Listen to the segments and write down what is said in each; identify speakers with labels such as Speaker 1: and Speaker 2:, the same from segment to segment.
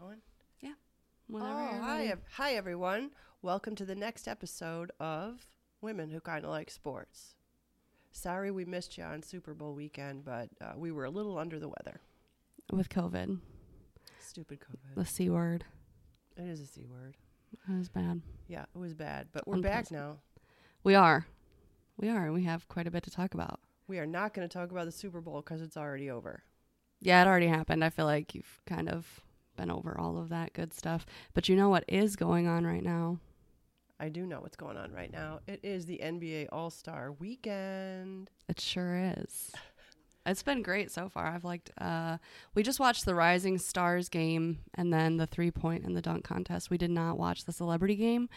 Speaker 1: going?
Speaker 2: Whenever
Speaker 1: oh,
Speaker 2: you're
Speaker 1: hi,
Speaker 2: ready.
Speaker 1: ev- hi everyone. Welcome to the next episode of Women Who Kind of Like Sports. Sorry we missed you on Super Bowl weekend, but uh, we were a little under the weather.
Speaker 2: With COVID,
Speaker 1: Stupid COVID.
Speaker 2: the C word.
Speaker 1: It is a C word.
Speaker 2: That was bad.
Speaker 1: Yeah, it was bad, but we're back now.
Speaker 2: We are. We are. and We have quite a bit to talk about.
Speaker 1: We are not going to talk about the Super Bowl because it's already over.
Speaker 2: Yeah, it already happened. I feel like you've kind of been over all of that good stuff. But you know what is going on right now?
Speaker 1: I do know what's going on right now. It is the NBA All Star weekend.
Speaker 2: It sure is. It's been great so far. I've liked uh we just watched the Rising Stars game and then the three point and the dunk contest. We did not watch the celebrity game,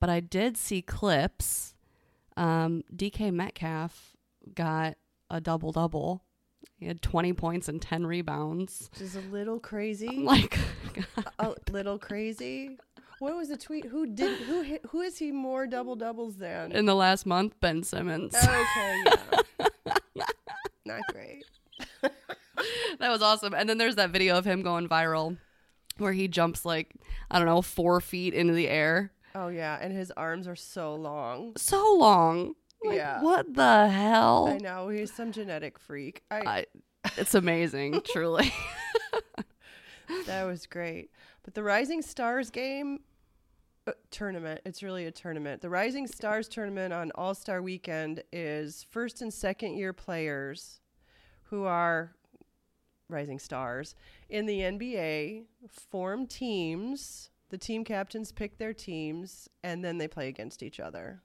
Speaker 2: but I did see clips. Um DK Metcalf got a double double. He had twenty points and ten rebounds.
Speaker 1: Just a little
Speaker 2: I'm
Speaker 1: crazy.
Speaker 2: like
Speaker 1: a little crazy. What was the tweet? Who did who hit, who is he more double doubles than?
Speaker 2: in the last month, Ben Simmons.
Speaker 1: Okay, yeah. Not great.
Speaker 2: That was awesome. And then there's that video of him going viral where he jumps like, I don't know, four feet into the air.
Speaker 1: Oh yeah, and his arms are so long.
Speaker 2: So long. Like,
Speaker 1: Yeah.
Speaker 2: What the
Speaker 1: I
Speaker 2: hell?
Speaker 1: know he's some genetic freak. I,
Speaker 2: I, it's amazing, truly.
Speaker 1: that was great. But the Rising Stars game uh, tournament, it's really a tournament. The Rising Stars tournament on All-Star weekend is first and second year players who are rising stars in the NBA form teams. The team captains pick their teams and then they play against each other.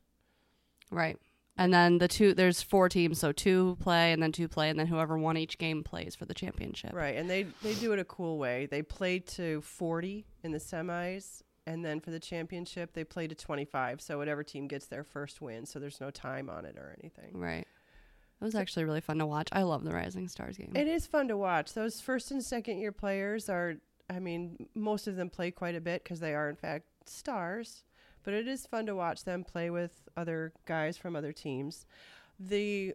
Speaker 2: right. And then the two, there's four teams. So two play and then two play. And then whoever won each game plays for the championship.
Speaker 1: Right, and they they do it a cool way. They play to 40 in the semis, and then for the championship, they play to 25. So whatever team gets their first win, so there's no time on it or anything.
Speaker 2: Right. It was actually really fun to watch. I love the Rising Stars game.
Speaker 1: It is fun to watch. Those first and second year players are, I mean, most of them play quite a bit because they are in fact stars. But it is fun to watch them play with other guys from other teams. The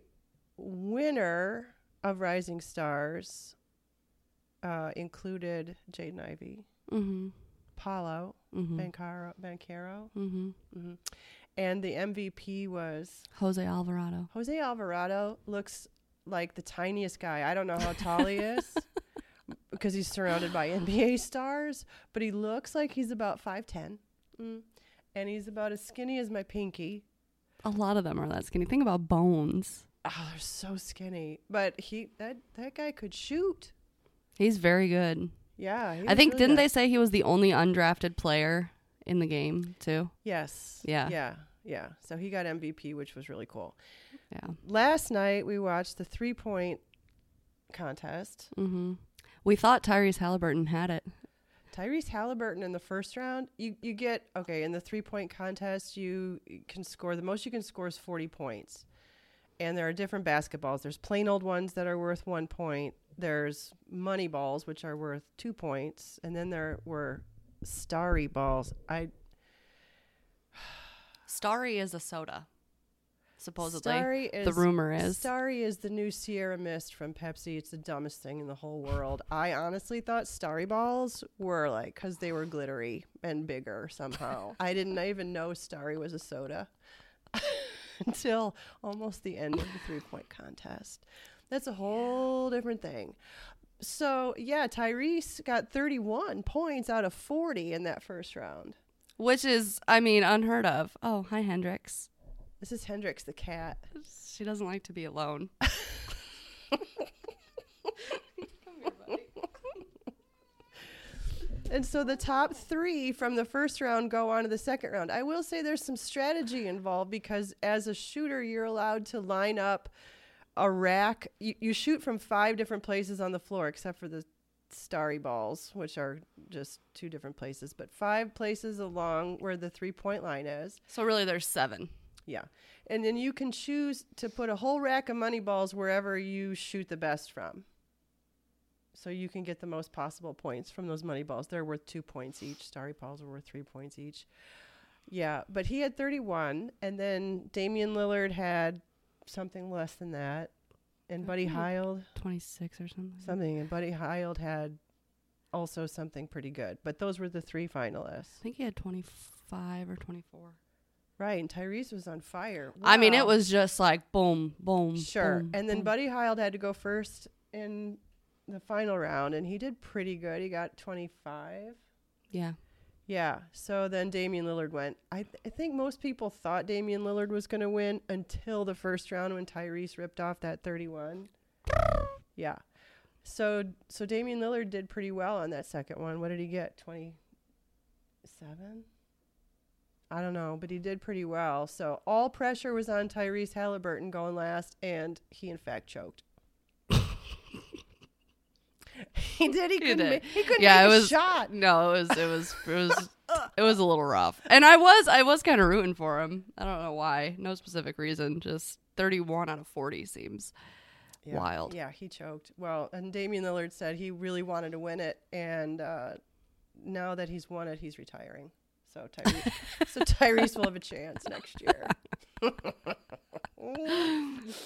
Speaker 1: winner of Rising Stars uh, included Jaden Ivey.
Speaker 2: mm-hmm.
Speaker 1: Paulo
Speaker 2: Mm-hmm.
Speaker 1: Bancaro, Bancaro.
Speaker 2: mm-hmm.
Speaker 1: And the MVP was
Speaker 2: Jose Alvarado.
Speaker 1: Jose Alvarado. Looks like the tiniest guy. I don't know how tall he is because he's surrounded by NBA stars, but he looks like he's about 5'10. Mm. And he's about as skinny as my pinky.
Speaker 2: A lot of them are that skinny. Think about bones.
Speaker 1: Oh, they're so skinny. But he that that guy could shoot.
Speaker 2: He's very good.
Speaker 1: Yeah. he
Speaker 2: I
Speaker 1: was
Speaker 2: think
Speaker 1: really
Speaker 2: didn't
Speaker 1: good.
Speaker 2: they say he was the only undrafted player in the game too?
Speaker 1: Yes.
Speaker 2: Yeah.
Speaker 1: Yeah. Yeah. So he got MVP, which was really cool.
Speaker 2: Yeah.
Speaker 1: last night we watched the three point contest.
Speaker 2: hmm We thought Tyrese Halliburton had it.
Speaker 1: Tyrese Halliburton in the first round, you, you get okay, in the three point contest you can score the most you can score is forty points. And there are different basketballs. There's plain old ones that are worth one point. There's money balls, which are worth two points, and then there were starry balls. I
Speaker 2: Starry is a soda, supposedly.
Speaker 1: starry is
Speaker 2: the rumor is.
Speaker 1: Starry is the new Sierra Mist from Pepsi. It's the dumbest thing in the whole world. I honestly thought Starry Balls were like because they were glittery and bigger somehow. I didn't even know Starry was a soda until almost the end of the three point contest. That's a whole different thing. So, yeah, Tyrese got 31 points out of 40 in that first round.
Speaker 2: which is, I mean, unheard of. Oh, hi Hendrix.
Speaker 1: This is Hendrix the cat.
Speaker 2: She doesn't like to be alone.
Speaker 1: And so the top three from the first round go on to the second round. I will say there's some strategy involved because as a shooter, you're allowed to line up a rack. You, you shoot from five different places on the floor, except for the starry balls, which are just two different places, but five places along where the three point line is.
Speaker 2: So really, there's seven.
Speaker 1: Yeah. And then you can choose to put a whole rack of money balls wherever you shoot the best from. So you can get the most possible points from those money balls. They're worth two points each. Starry balls are worth three points each. Yeah. But he had 31. And then Damian Lillard had something less than that. And Buddy
Speaker 2: Okay.
Speaker 1: Hield,
Speaker 2: Twenty six or something.
Speaker 1: something. And Buddy Hield had also something pretty good. But those were the three finalists.
Speaker 2: I think he had 25 or 24.
Speaker 1: Right. And Tyrese was on fire.
Speaker 2: I mean, it
Speaker 1: Wow.
Speaker 2: was just like boom, boom.
Speaker 1: Sure.
Speaker 2: boom,
Speaker 1: and then
Speaker 2: boom.
Speaker 1: Buddy Hield had to go first in the final round, and he did pretty good. He got 25.
Speaker 2: yeah,
Speaker 1: Yeah. So then Damian Lillard went. I, th- I think most people thought Damian Lillard was going to win until the first round when Tyrese ripped off that 31. Yeah. So so Damian Lillard did pretty well on that second one. What did he get? 27? I don't know, but he did pretty well. So all pressure was on Tyrese Halliburton going last, and he in fact choked. he did. He couldn't.
Speaker 2: did.
Speaker 1: ma- he couldn't
Speaker 2: Yeah,
Speaker 1: make
Speaker 2: it
Speaker 1: a
Speaker 2: was-
Speaker 1: shot. Uh,
Speaker 2: no, it was it was it was it was a little rough. And I was I was kind of rooting for him. I don't know why, no specific reason. Just 31 out of 40 seems
Speaker 1: Yeah.
Speaker 2: wild.
Speaker 1: Yeah, he choked. Well, and Damian Lillard said he really wanted to win it, and uh, now that he's won it, he's retiring. So Tyrese, so Tyrese will have a chance next year.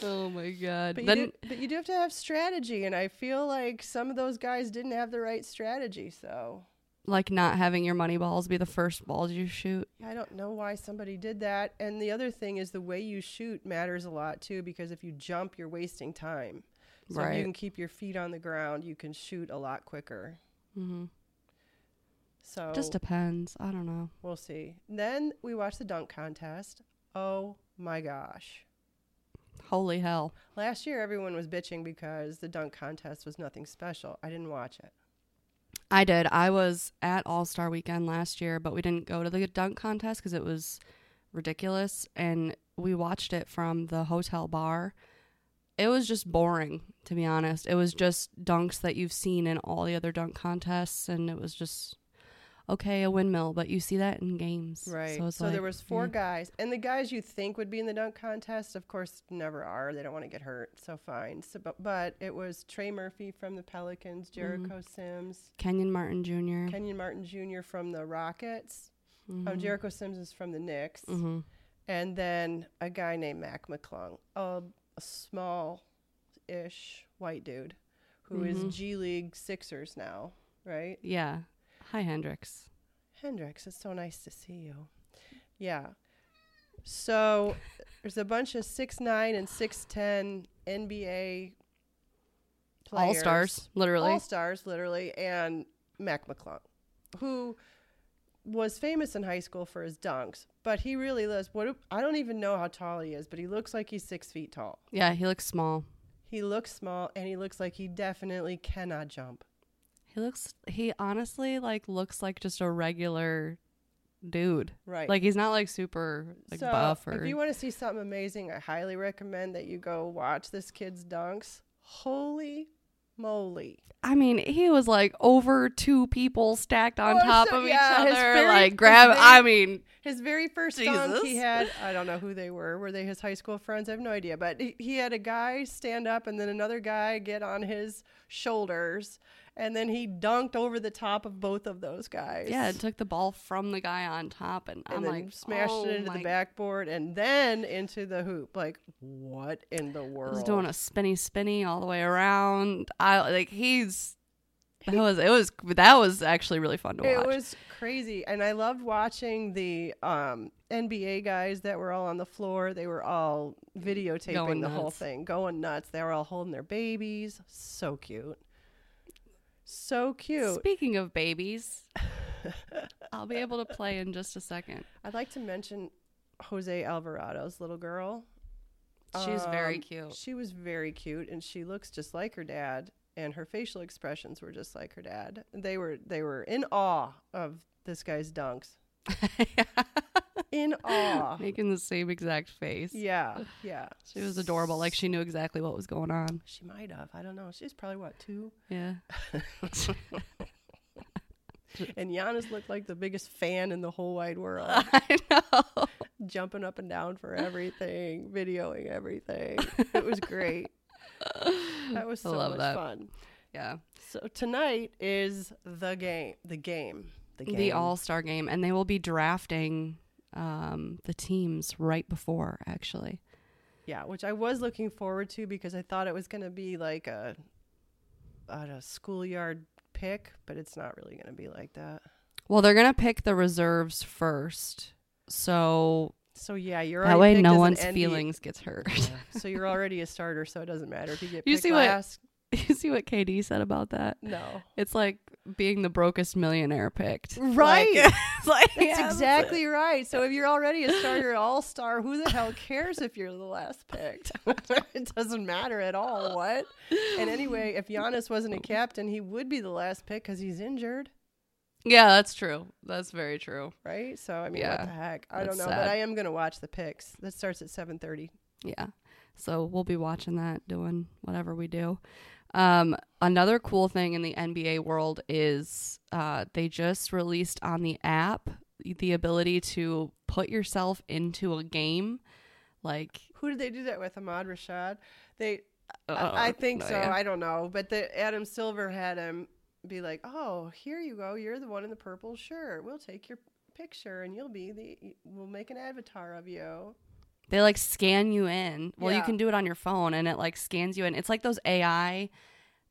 Speaker 2: oh my god.
Speaker 1: But you,
Speaker 2: then
Speaker 1: do, but you do have to have strategy, and I feel like some of those guys didn't have the right strategy. So
Speaker 2: like not having your money balls be the first balls you shoot.
Speaker 1: I don't know why somebody did that. And the other thing is the way you shoot matters a lot too, because if you jump, you're wasting time. So if
Speaker 2: Right.
Speaker 1: you can keep your feet on the ground, you can shoot a lot quicker. Mm-hmm.
Speaker 2: hmm
Speaker 1: So
Speaker 2: Just depends. I don't know.
Speaker 1: We'll see. Then we watched the dunk contest. Oh my gosh.
Speaker 2: Holy hell.
Speaker 1: Last year, everyone was bitching because the dunk contest was nothing special. I didn't watch it.
Speaker 2: I did. I was at All Star Weekend last year, but we didn't go to the dunk contest because it was ridiculous. And we watched it from the hotel bar. It was just boring, to be honest. It was just dunks that you've seen in all the other dunk contests, and it was just okay, a windmill, but you see that in games,
Speaker 1: So,
Speaker 2: it's like,
Speaker 1: there was four
Speaker 2: yeah.
Speaker 1: guys, and the guys you think would be in the dunk contest, of course, never are. They don't want to get hurt, so fine. So, but, but it was Trey Murphy from the Pelicans, Jericho
Speaker 2: Mm-hmm.
Speaker 1: Sims,
Speaker 2: Kenyon Martin junior
Speaker 1: Kenyon Martin Jr. from the Rockets. Um,
Speaker 2: Mhm.
Speaker 1: Jericho Sims is from the Knicks.
Speaker 2: Mhm.
Speaker 1: and then a guy named Mac McClung, a, a small ish white dude who is
Speaker 2: Mhm.
Speaker 1: G League Sixers now, right?
Speaker 2: Yeah. Hi, Hendrix.
Speaker 1: Hendricks, it's so nice to see you. Yeah. So there's a bunch of six nine and 6'10 NBA
Speaker 2: All stars, literally.
Speaker 1: all stars, literally, and Mac McClung, who was famous in high school for his dunks, but he really lives. What do- I don't even know how tall he is, but he looks like he's six feet tall.
Speaker 2: yeah, he looks small.
Speaker 1: He looks small, and he looks like he definitely cannot jump.
Speaker 2: He looks he honestly like looks like just a regular dude.
Speaker 1: Right.
Speaker 2: Like he's not like super like buff or
Speaker 1: if you want to see something amazing, I highly recommend that you go watch this kid's dunks. Holy moly!
Speaker 2: I mean, he was like over two people stacked on
Speaker 1: Oh,
Speaker 2: top
Speaker 1: so-
Speaker 2: of
Speaker 1: yeah,
Speaker 2: each
Speaker 1: his
Speaker 2: other.
Speaker 1: very-
Speaker 2: like
Speaker 1: his
Speaker 2: grab
Speaker 1: very-
Speaker 2: I mean
Speaker 1: His very first dunk he
Speaker 2: Jesus.
Speaker 1: had, I don't know who they were. Were they his high school friends? I have no idea. But he, he had a guy stand up and then another guy get on his shoulders. And then he dunked over the top of both of those guys.
Speaker 2: Yeah, it took the ball from the guy on top and,
Speaker 1: And
Speaker 2: I'm
Speaker 1: then
Speaker 2: like
Speaker 1: smashed
Speaker 2: oh
Speaker 1: it into
Speaker 2: my-
Speaker 1: the backboard and then into the hoop. Like, what in the
Speaker 2: I
Speaker 1: world?
Speaker 2: was doing a spinny spinny all the way around. I like he's that was it was that was actually really fun to watch.
Speaker 1: It was crazy, and I loved watching the um, NBA guys that were all on the floor. They were all videotaping
Speaker 2: Going
Speaker 1: the whole
Speaker 2: nuts.
Speaker 1: thing, going nuts. They were all holding their babies. So cute, so cute.
Speaker 2: Speaking of babies, I'll be able to play in just a second.
Speaker 1: I'd like to mention Jose Alvarado's little girl.
Speaker 2: She's very
Speaker 1: Um,
Speaker 2: cute.
Speaker 1: She was very cute, and she looks just like her dad. And her facial expressions were just like her dad. They were they were in awe of this guy's dunks. In awe.
Speaker 2: Making the same exact face.
Speaker 1: Yeah, yeah.
Speaker 2: She was adorable. Like she knew exactly what was going on.
Speaker 1: She might have. I don't know. She's probably what two.
Speaker 2: Yeah.
Speaker 1: And Giannis looked like the biggest fan in the whole wide world,
Speaker 2: I know.
Speaker 1: jumping up and down for everything, videoing everything. It was great. That was
Speaker 2: I
Speaker 1: so
Speaker 2: love
Speaker 1: much
Speaker 2: that.
Speaker 1: fun.
Speaker 2: Yeah.
Speaker 1: So tonight is the game. The game. The game.
Speaker 2: The All Star game. And they will be drafting um, the teams right before, actually.
Speaker 1: Yeah, which I was looking forward to because I thought it was going to be like a, a, a schoolyard pick, but it's not really going to be like that.
Speaker 2: Well, they're gonna pick the reserves first, so
Speaker 1: So yeah, you're
Speaker 2: that
Speaker 1: already
Speaker 2: way
Speaker 1: picked as
Speaker 2: no
Speaker 1: an
Speaker 2: one's
Speaker 1: NB
Speaker 2: feelings gets hurt.
Speaker 1: so you're already a starter, so it doesn't matter if you get
Speaker 2: You
Speaker 1: picked
Speaker 2: see what-
Speaker 1: last.
Speaker 2: you see what KD said about that?
Speaker 1: No,
Speaker 2: It's like being the brokest millionaire picked.
Speaker 1: Right.
Speaker 2: Like, it's like, yeah,
Speaker 1: that's exactly right. So if you're already a starter all star, who the hell cares if you're the last picked? it doesn't matter at all. What? And anyway, if Giannis wasn't a captain, he would be the last pick because he's injured,
Speaker 2: Yeah, that's true. That's very true.
Speaker 1: right? So I mean,
Speaker 2: Yeah,
Speaker 1: what the heck? I don't
Speaker 2: that's
Speaker 1: know,
Speaker 2: sad.
Speaker 1: but I am gonna watch the picks. That starts at 7:30.
Speaker 2: Yeah. So we'll be watching that, doing whatever we do. Um, another cool thing in the NBA world is uh, they just released on the app the ability to put yourself into a game. Like,
Speaker 1: Who did they do that with? Ahmad Rashad. They
Speaker 2: uh,
Speaker 1: I, I think
Speaker 2: no
Speaker 1: so.
Speaker 2: idea.
Speaker 1: I don't know. But the Adam Silver had him be like, "Oh, here you go. You're the one in the purple shirt. We'll take your picture, and you'll be the. We'll make an avatar of you."
Speaker 2: they like scan you in. Well, you
Speaker 1: Yeah.
Speaker 2: can do it on your phone, and it like scans you in. It's like those AI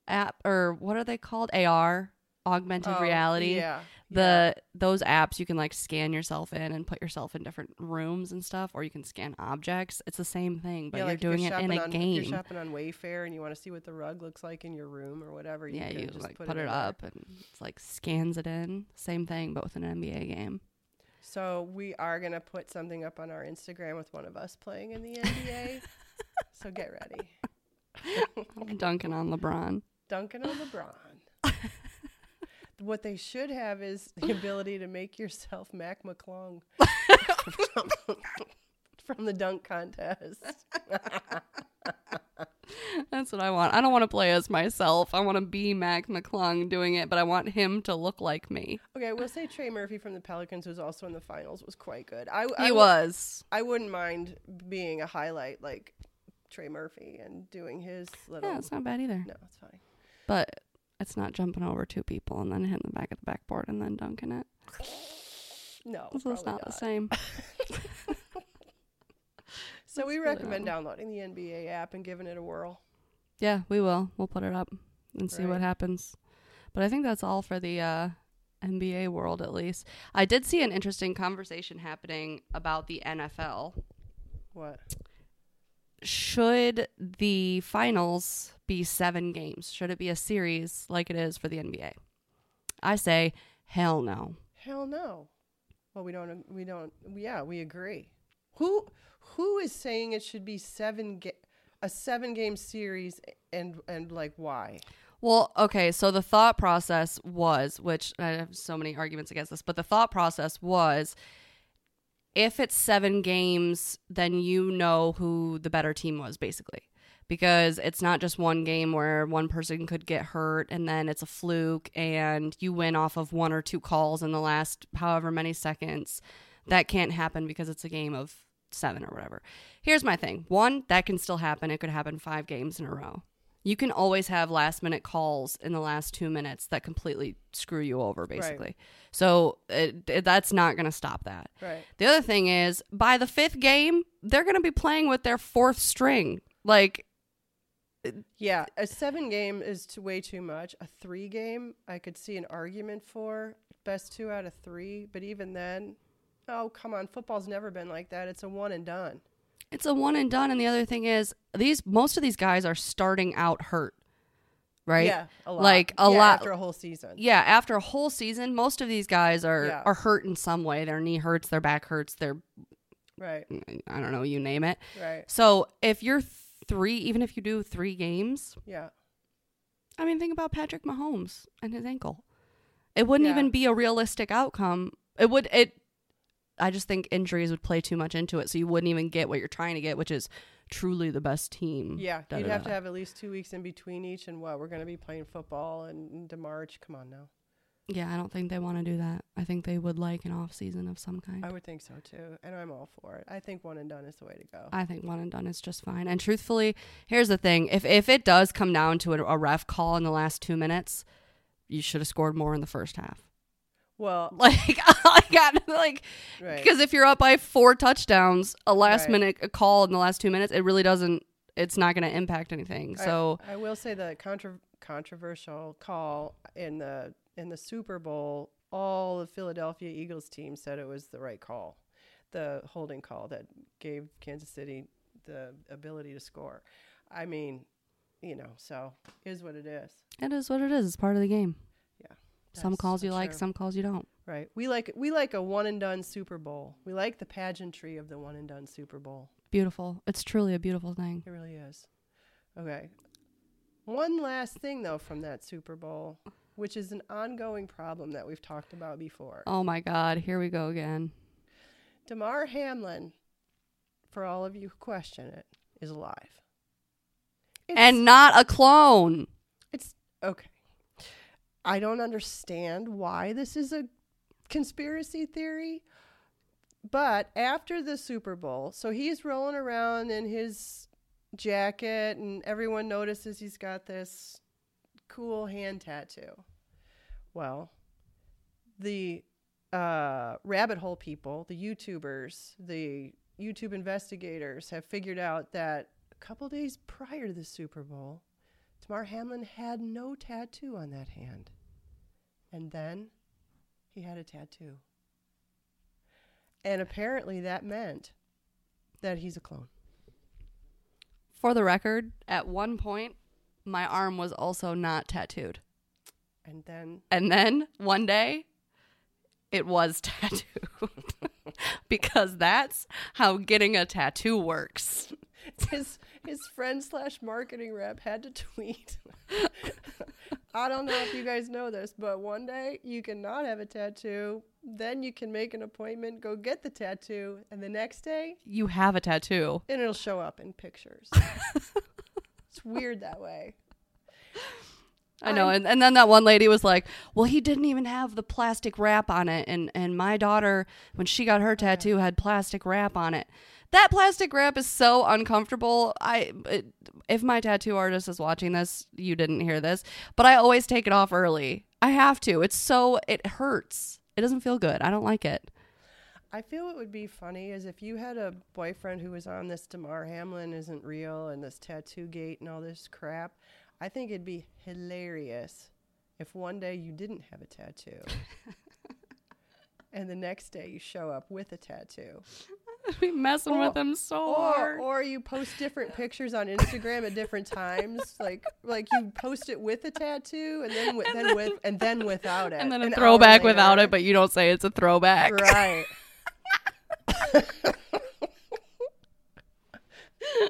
Speaker 2: app or what are they called? AR, augmented
Speaker 1: Oh,
Speaker 2: reality.
Speaker 1: Yeah.
Speaker 2: the those apps you can like scan yourself in and put yourself in different rooms and stuff or you can scan objects it's the same thing but
Speaker 1: yeah,
Speaker 2: you're
Speaker 1: like if
Speaker 2: doing it in
Speaker 1: shopping
Speaker 2: a
Speaker 1: on, if You're
Speaker 2: game
Speaker 1: shopping on Wayfair, and you want to see what the rug looks like in your room or whatever. You
Speaker 2: yeah
Speaker 1: can
Speaker 2: you
Speaker 1: just
Speaker 2: like put,
Speaker 1: in
Speaker 2: it
Speaker 1: there.
Speaker 2: up and it's like scans it in same thing but with an nba game
Speaker 1: So we are gonna put something up on our Instagram with one of us playing in the NBA. so get ready, Oh,
Speaker 2: I'm dunking on lebron
Speaker 1: Duncan on LeBron. What they should have is the ability to make yourself Mac McClung from, from the dunk contest.
Speaker 2: that's what i want i don't want to play as myself i want to be mac mcclung doing it but i want him to look like me
Speaker 1: Okay, we'll say Trey Murphy from the Pelicans was also in the finals was quite good. I,
Speaker 2: he
Speaker 1: I, would-
Speaker 2: was
Speaker 1: I wouldn't mind being a highlight like Trey Murphy and doing his little.
Speaker 2: yeah it's not bad either
Speaker 1: no, it's fine.
Speaker 2: but it's not jumping over two people and then hitting the back of the backboard and then dunking it
Speaker 1: No,
Speaker 2: so it's
Speaker 1: probably
Speaker 2: not the same
Speaker 1: So we
Speaker 2: That's really
Speaker 1: recommend
Speaker 2: not-
Speaker 1: downloading the NBA app and giving it a whirl.
Speaker 2: Yeah, we will. We'll put it up and see what
Speaker 1: Right.
Speaker 2: happens. But I think that's all for the uh, NBA world, at least. I did see an interesting conversation happening about the NFL.
Speaker 1: What?
Speaker 2: Should the finals be seven games? Should it be a series like it is for the NBA? I say, hell no.
Speaker 1: Hell no. Well, we don't. We don't. Yeah, we agree. Who Who is saying it should be seven ga- a seven game series and and like why?
Speaker 2: Well, okay, so the thought process was, which I have so many arguments against this, but the thought process was if it's seven games, then you know who the better team was, basically. Because it's not just one game where one person could get hurt and then it's a fluke and you win off of one or two calls in the last however many seconds. That can't happen because it's a game of seven or whatever. Here's my thing one, that can still happen. It could happen five games in a row you can always have last minute calls in the last two minutes that completely screw you over basically so it, it- that's not going to stop that
Speaker 1: Right.
Speaker 2: the other thing is by the fifth game they're going to be playing with their fourth string like
Speaker 1: Yeah, a seven game is too, way too much. A three game, I could see an argument for best two out of three, but even then, oh come on, football's never been like that. It's a one and done.
Speaker 2: it's a one and done and the other thing is these most of these guys are starting out hurt right
Speaker 1: Yeah, a lot.
Speaker 2: Like, a
Speaker 1: Yeah,
Speaker 2: lot-
Speaker 1: after a whole season.
Speaker 2: yeah after a whole season most of these guys are
Speaker 1: Yeah.
Speaker 2: are hurt in some way their knee hurts their back hurts their
Speaker 1: Right.
Speaker 2: i don't know you name it
Speaker 1: Right.
Speaker 2: so if you're three even if you do three games
Speaker 1: Yeah.
Speaker 2: I mean, think about Patrick Mahomes and his ankle. It wouldn't
Speaker 1: Yeah.
Speaker 2: even be a realistic outcome. It would it I just think injuries would play too much into it, so you wouldn't even get what you're trying to get, which is truly the best team.
Speaker 1: Yeah,
Speaker 2: Da,
Speaker 1: you'd
Speaker 2: da,
Speaker 1: have to
Speaker 2: da.
Speaker 1: have at least two weeks in between each, and what we're going to be playing football and into March. Come on now,
Speaker 2: Yeah, I don't think they want to do that. I think they would like an off season of some kind.
Speaker 1: I would think so too, and I'm all for it. I think one and done is the way to go.
Speaker 2: I think one and done is just fine. And truthfully, here's the thing: if if it does come down to a, a ref call in the last two minutes, you should have scored more in the first half.
Speaker 1: well,
Speaker 2: Like I got like
Speaker 1: right,
Speaker 2: Because if you're up by four touchdowns, a last
Speaker 1: Right.
Speaker 2: minute call in the last two minutes, it really doesn't. It's not going to impact anything.
Speaker 1: I-
Speaker 2: So
Speaker 1: I will say the contro- controversial call in the in the Super Bowl, all the Philadelphia Eagles team said it was the right call, the holding call that gave Kansas City the ability to score. I mean, you know, so is what it is.
Speaker 2: It is what it is. It's part of the game.
Speaker 1: Yeah,
Speaker 2: some
Speaker 1: that's
Speaker 2: calls
Speaker 1: so
Speaker 2: you like,
Speaker 1: true.
Speaker 2: some calls you don't.
Speaker 1: Right. We like we like a one and done Super Bowl. We like the pageantry of the one and done Super Bowl.
Speaker 2: Beautiful. It's truly a beautiful thing.
Speaker 1: It really is. Okay. One last thing though from that Super Bowl, which is an ongoing problem that we've talked about before.
Speaker 2: Oh my God. Here we go again.
Speaker 1: Damar Hamlin, for all of you who question it, is alive. It's-
Speaker 2: and not a clone.
Speaker 1: It's okay. I don't understand why this is a conspiracy theory. But after the Super Bowl, so he's rolling around in his jacket and everyone notices he's got this cool hand tattoo. Well, the uh, rabbit hole people, the YouTubers, the YouTube investigators have figured out that a couple days prior to the Super Bowl, Tamar Hamlin had no tattoo on that hand. And then he had a tattoo. And apparently that meant that he's a clone.
Speaker 2: For the record, at one point, my arm was also not tattooed.
Speaker 1: And then
Speaker 2: And then one day, it was tattooed. because that's how getting a tattoo works.
Speaker 1: his his friend slash marketing rep had to tweet. I don't know if you guys know this, but one day you cannot have a tattoo. Then you can make an appointment, go get the tattoo, and the next day
Speaker 2: You have a tattoo.
Speaker 1: and it'll show up in pictures. it's weird that way.
Speaker 2: I know. And, and then that one lady was like, well, he didn't even have the plastic wrap on it. And, and my daughter, when she got her tattoo, had plastic wrap on it. That plastic wrap is so uncomfortable. I it, if my tattoo artist is watching this, you didn't hear this, but I always take it off early. I have to. It's so it hurts. It doesn't feel good. I don't like it.
Speaker 1: I feel what would be funny is if you had a boyfriend who was on this Damar Hamlin isn't real and this tattoo gate and all this crap. I think it'd be hilarious if one day you didn't have a tattoo. And the next day you show up with a tattoo.
Speaker 2: Be messing
Speaker 1: Or-
Speaker 2: with them so
Speaker 1: Or
Speaker 2: hard.
Speaker 1: or you post different pictures on Instagram at different times. Like like you post it with a tattoo and then with then, with and then without it.
Speaker 2: and then
Speaker 1: an
Speaker 2: a
Speaker 1: hour
Speaker 2: throwback without
Speaker 1: later.
Speaker 2: it, but you don't say it's a throwback.
Speaker 1: Right.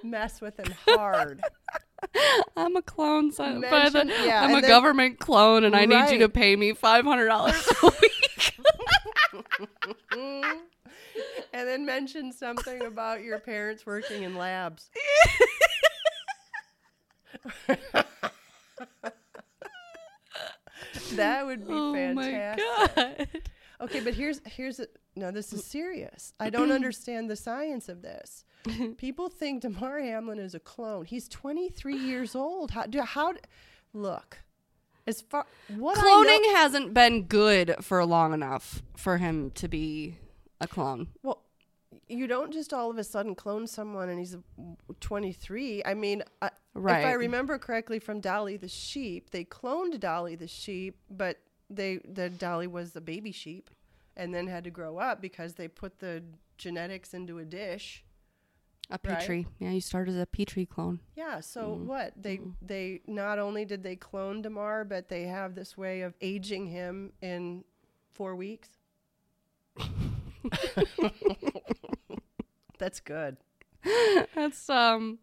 Speaker 1: Mess with him hard.
Speaker 2: I'm a clone, son. by the-
Speaker 1: Mention- yeah,
Speaker 2: I'm
Speaker 1: and
Speaker 2: a
Speaker 1: then-
Speaker 2: government clone, and I need
Speaker 1: Right.
Speaker 2: you to pay me five hundred dollars a week.
Speaker 1: Mm. And then mention something about your parents working in labs. that would be
Speaker 2: oh
Speaker 1: fantastic.
Speaker 2: my god!
Speaker 1: Okay, but here's here's a, no, this is serious. I don't understand the science of this. People think Damar Hamlin is a clone. He's 23 years old. How do how d- look? As far what I know-
Speaker 2: Cloning hasn't been good for long enough for him to be a clone.
Speaker 1: well, you don't just all of a sudden clone someone and he's 23. I mean, I, if I
Speaker 2: Right.
Speaker 1: remember correctly from Dolly the sheep, they cloned Dolly the sheep, but they the Dolly was the baby sheep and then had to grow up because they put the genetics into a dish.
Speaker 2: A
Speaker 1: Right.
Speaker 2: petri, yeah, you start as a petri clone.
Speaker 1: Yeah. So
Speaker 2: Mm-hmm.
Speaker 1: what they they not only did they clone Demar, but they have this way of aging him in four weeks. That's good.
Speaker 2: That's um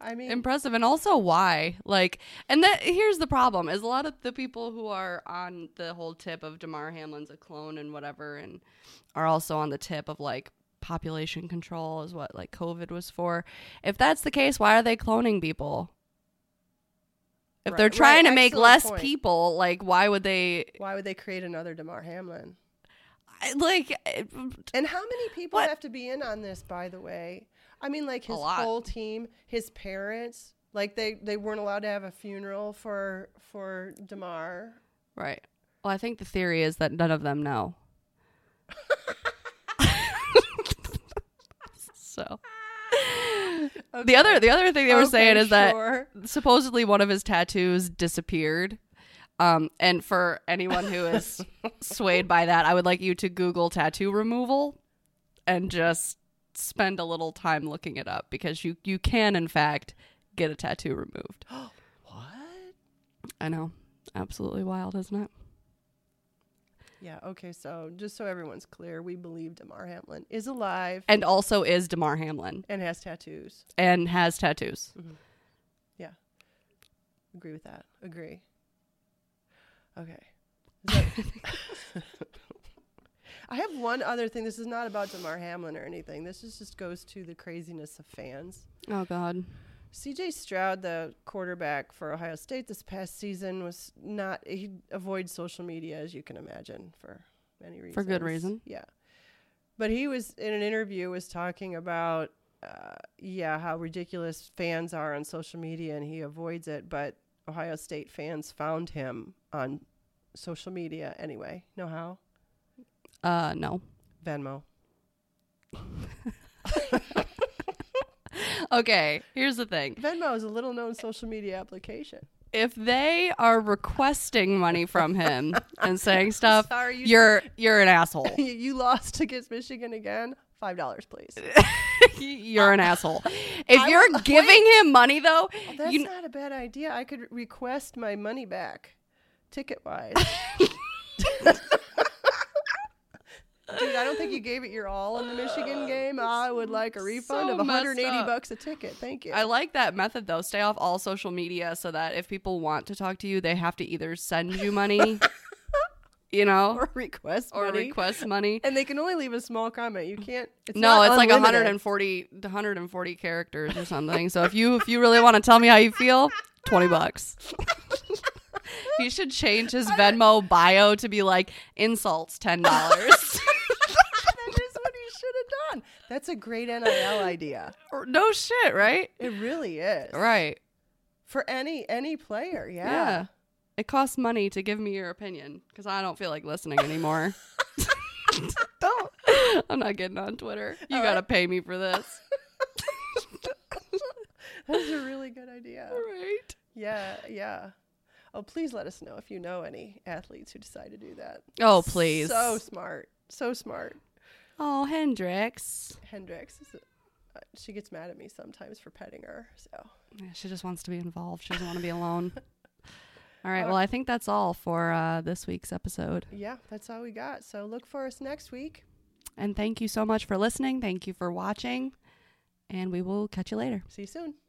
Speaker 1: I mean,
Speaker 2: impressive, and also why? Like, and that here's the problem: is a lot of the people who are on the whole tip of Damar Hamlin's a clone and whatever, and are also on the tip of like population control is what like COVID was for. If that's the case, why are they cloning people? If they're
Speaker 1: Right, right,
Speaker 2: trying to make
Speaker 1: excellent
Speaker 2: less
Speaker 1: point.
Speaker 2: people, like why would they?
Speaker 1: why would they create another Demar Hamlin?
Speaker 2: I- Like, I-
Speaker 1: And how many people
Speaker 2: What?
Speaker 1: have to be in on this? By the way, I mean, like
Speaker 2: A
Speaker 1: his
Speaker 2: lot.
Speaker 1: whole team, his parents. Like they, they weren't allowed to have a funeral for for Demar.
Speaker 2: right? Well, I think the theory is that none of them know. so The other
Speaker 1: Okay.
Speaker 2: the other thing they were
Speaker 1: Okay,
Speaker 2: saying is that
Speaker 1: sure.
Speaker 2: supposedly one of his tattoos disappeared. Um, and for anyone who is swayed by that, I would like you to Google tattoo removal and just spend a little time looking it up because you you can in fact get a tattoo removed.
Speaker 1: what?
Speaker 2: I know. Absolutely wild, isn't it?
Speaker 1: Yeah. Okay. So just so everyone's clear, we believe Demar Hamlin is alive
Speaker 2: And also is Damar Hamlin
Speaker 1: and has tattoos.
Speaker 2: and has tattoos.
Speaker 1: Agree with that. Agree. Okay. Is that- I have one other thing. This is not about Damar Hamlin or anything. This is just goes to the craziness of fans.
Speaker 2: Oh god.
Speaker 1: CJ Stroud, the quarterback for Ohio State this past season, was not, he avoids social media, as you can imagine, for many reasons.
Speaker 2: For good reason.
Speaker 1: Yeah. But he was in an interview, was talking about, uh, yeah, how ridiculous fans are on social media and he avoids it. But Ohio State fans found him on social media anyway. Know how?
Speaker 2: Uh no.
Speaker 1: Venmo.
Speaker 2: Okay, here's the thing.
Speaker 1: Venmo is a little known social media application.
Speaker 2: if they are requesting money from him and saying stuff,
Speaker 1: Sorry, you-
Speaker 2: you are Uh, you're an asshole.
Speaker 1: you you lost against Michigan again. $5, please.
Speaker 2: you're an asshole. If
Speaker 1: I
Speaker 2: you're
Speaker 1: will-
Speaker 2: giving him money though,
Speaker 1: That's
Speaker 2: you
Speaker 1: not a bad idea. I could request my money back, ticket wise. Dude, I don't think you gave it your all in the Michigan game. I would like a refund
Speaker 2: Oh, so
Speaker 1: of
Speaker 2: messed
Speaker 1: 180
Speaker 2: up.
Speaker 1: bucks a ticket. Thank you.
Speaker 2: I like that method though. Stay off all social media so that if people want to talk to you, they have to either send you money, you know,
Speaker 1: or request
Speaker 2: or
Speaker 1: money.
Speaker 2: request money.
Speaker 1: and they can only leave a small comment. You can't. It's
Speaker 2: no,
Speaker 1: not
Speaker 2: it's like
Speaker 1: unlimited.
Speaker 2: 140 140 characters or something. So if you if you really want to tell me how you feel, 20 bucks. he should change his Venmo bio to be like insults $10.
Speaker 1: that is what he should have done. That's a great NIL idea.
Speaker 2: Or- no shit, right?
Speaker 1: It really is.
Speaker 2: Right.
Speaker 1: For any any player,
Speaker 2: Yeah.
Speaker 1: yeah.
Speaker 2: It costs money to give me your opinion cuz I don't feel like listening anymore.
Speaker 1: Don't
Speaker 2: I'm not getting on Twitter. You
Speaker 1: All
Speaker 2: got to pay me for this.
Speaker 1: That's a really good idea.
Speaker 2: right.
Speaker 1: Yeah, yeah. Oh, please let us know if you know any athletes who decide to do that.
Speaker 2: Oh, please.
Speaker 1: So smart. So smart.
Speaker 2: oh, Hendrix.
Speaker 1: Hendrix is uh, she gets mad at me sometimes for petting her. So,
Speaker 2: Yeah, she just wants to be involved. She doesn't want to be alone. All right. Well, I think that's all for uh, this week's episode.
Speaker 1: yeah, that's all we got. So, look for us next week.
Speaker 2: And thank you so much for listening. Thank you for watching. And we will catch you later.
Speaker 1: See you soon.